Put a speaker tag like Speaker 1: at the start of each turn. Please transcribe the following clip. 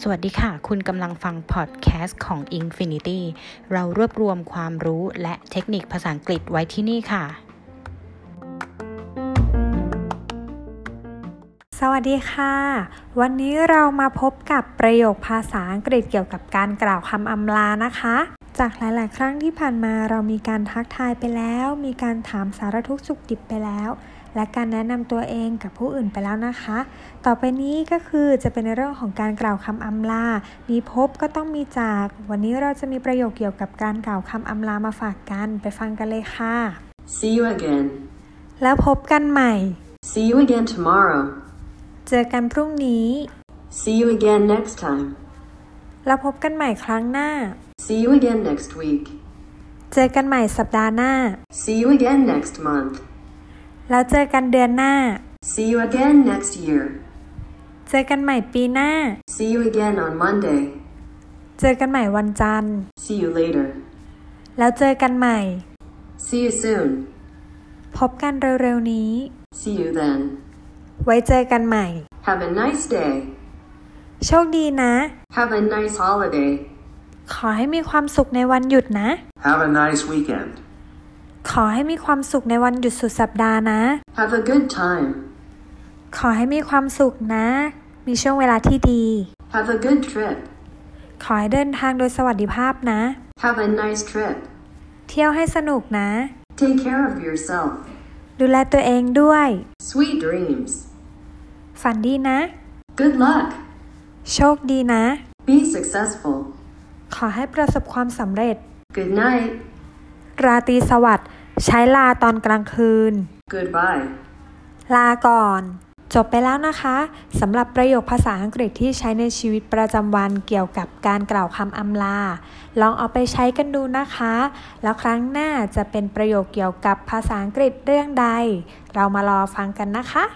Speaker 1: สวัสดีค่ะ คุณกำลังฟังพอดแคสต์ของ Infinity เรารวบรวมความรู้และเทคนิคภาษาอังกฤษไว้ที่นี่ค่ะ
Speaker 2: สวัสดีค่ะ วันนี้เรามาพบกับประโยคภาษาอังกฤษเกี่ยวกับการกล่าวคำอำลานะคะ จากหลาย ๆ ครั้งที่ผ่านมาเรามีการทักทายไปแล้ว มีการถามสารทุกข์สุขดิบไปแล้ว และการแนะนำตัวเองกับผู้อื่นไปแล้วนะคะ ต่อไปนี้ก็คือจะเป็นในเรื่องของการกล่าวคำอำลา มีพบก็ต้องมีจาก วันนี้เราจะมีประโยคเกี่ยวกับการกล่าวคำอำลามาฝากกันไปฟังกันเลยค่ะ
Speaker 3: See you again.
Speaker 2: แล้วพบกันใหม่
Speaker 3: See you again tomorrow.
Speaker 2: เจอกันพรุ่งนี้
Speaker 3: See you again next time.
Speaker 2: แล้วพบกันใหม่ครั้งหน้า
Speaker 3: See you again next week.
Speaker 2: เจอกันใหม่สัปดาห์หน้า
Speaker 3: See you again next month.
Speaker 2: แล้วเจอกันเดือนหน้า
Speaker 3: See you again next year.
Speaker 2: เจอกันใหม่ปีหน้า
Speaker 3: See you again on Monday.
Speaker 2: เจอกันใหม่วันจันทร์
Speaker 3: See you later.
Speaker 2: แล้วเจอกันใหม่
Speaker 3: See you soon.
Speaker 2: พบกันเร็วๆนี้
Speaker 3: See you then.
Speaker 2: ไว้เจอกันใหม่
Speaker 3: Have a nice day.
Speaker 2: โชคดีนะ
Speaker 3: Have a nice holiday.
Speaker 2: ขอให้มีความสุขในวันหยุดนะ
Speaker 4: Have a nice weekend.
Speaker 2: ขอให้มีความสุขในวันหยุดสุดสัปดาห์นะ
Speaker 3: Have a good time.
Speaker 2: ขอให้มีความสุขนะ มีช่วงเวลาที่ดี
Speaker 3: Have a good trip.
Speaker 2: ขอให้เดินทางโดยสวัสดิภาพนะ
Speaker 3: Have a nice trip.
Speaker 2: เที่ยวให้สนุกนะ
Speaker 3: Take care of yourself.
Speaker 2: ดูแลตัวเองด้วย
Speaker 3: Sweet dreams.
Speaker 2: ฝันดีนะ
Speaker 3: Good luck.
Speaker 2: โชคดีนะ
Speaker 3: Be successful.
Speaker 2: ขอให้ประสบความสำเร็จ
Speaker 3: Good night.
Speaker 2: ราตรีสวัสดิ์ใช้ลาตอนกลางคืน
Speaker 3: Goodbye.
Speaker 2: ลาก่อน จบไปแล้วนะคะสำหรับประโยคภาษาอังกฤษที่ใช้ในชีวิตประจำวันเกี่ยวกับการกล่าวคำอำลา ลองเอาไปใช้กันดูนะคะ แล้วครั้งหน้าจะเป็นประโยคเกี่ยวกับภาษาอังกฤษเรื่องใด เรามารอฟังกันนะคะ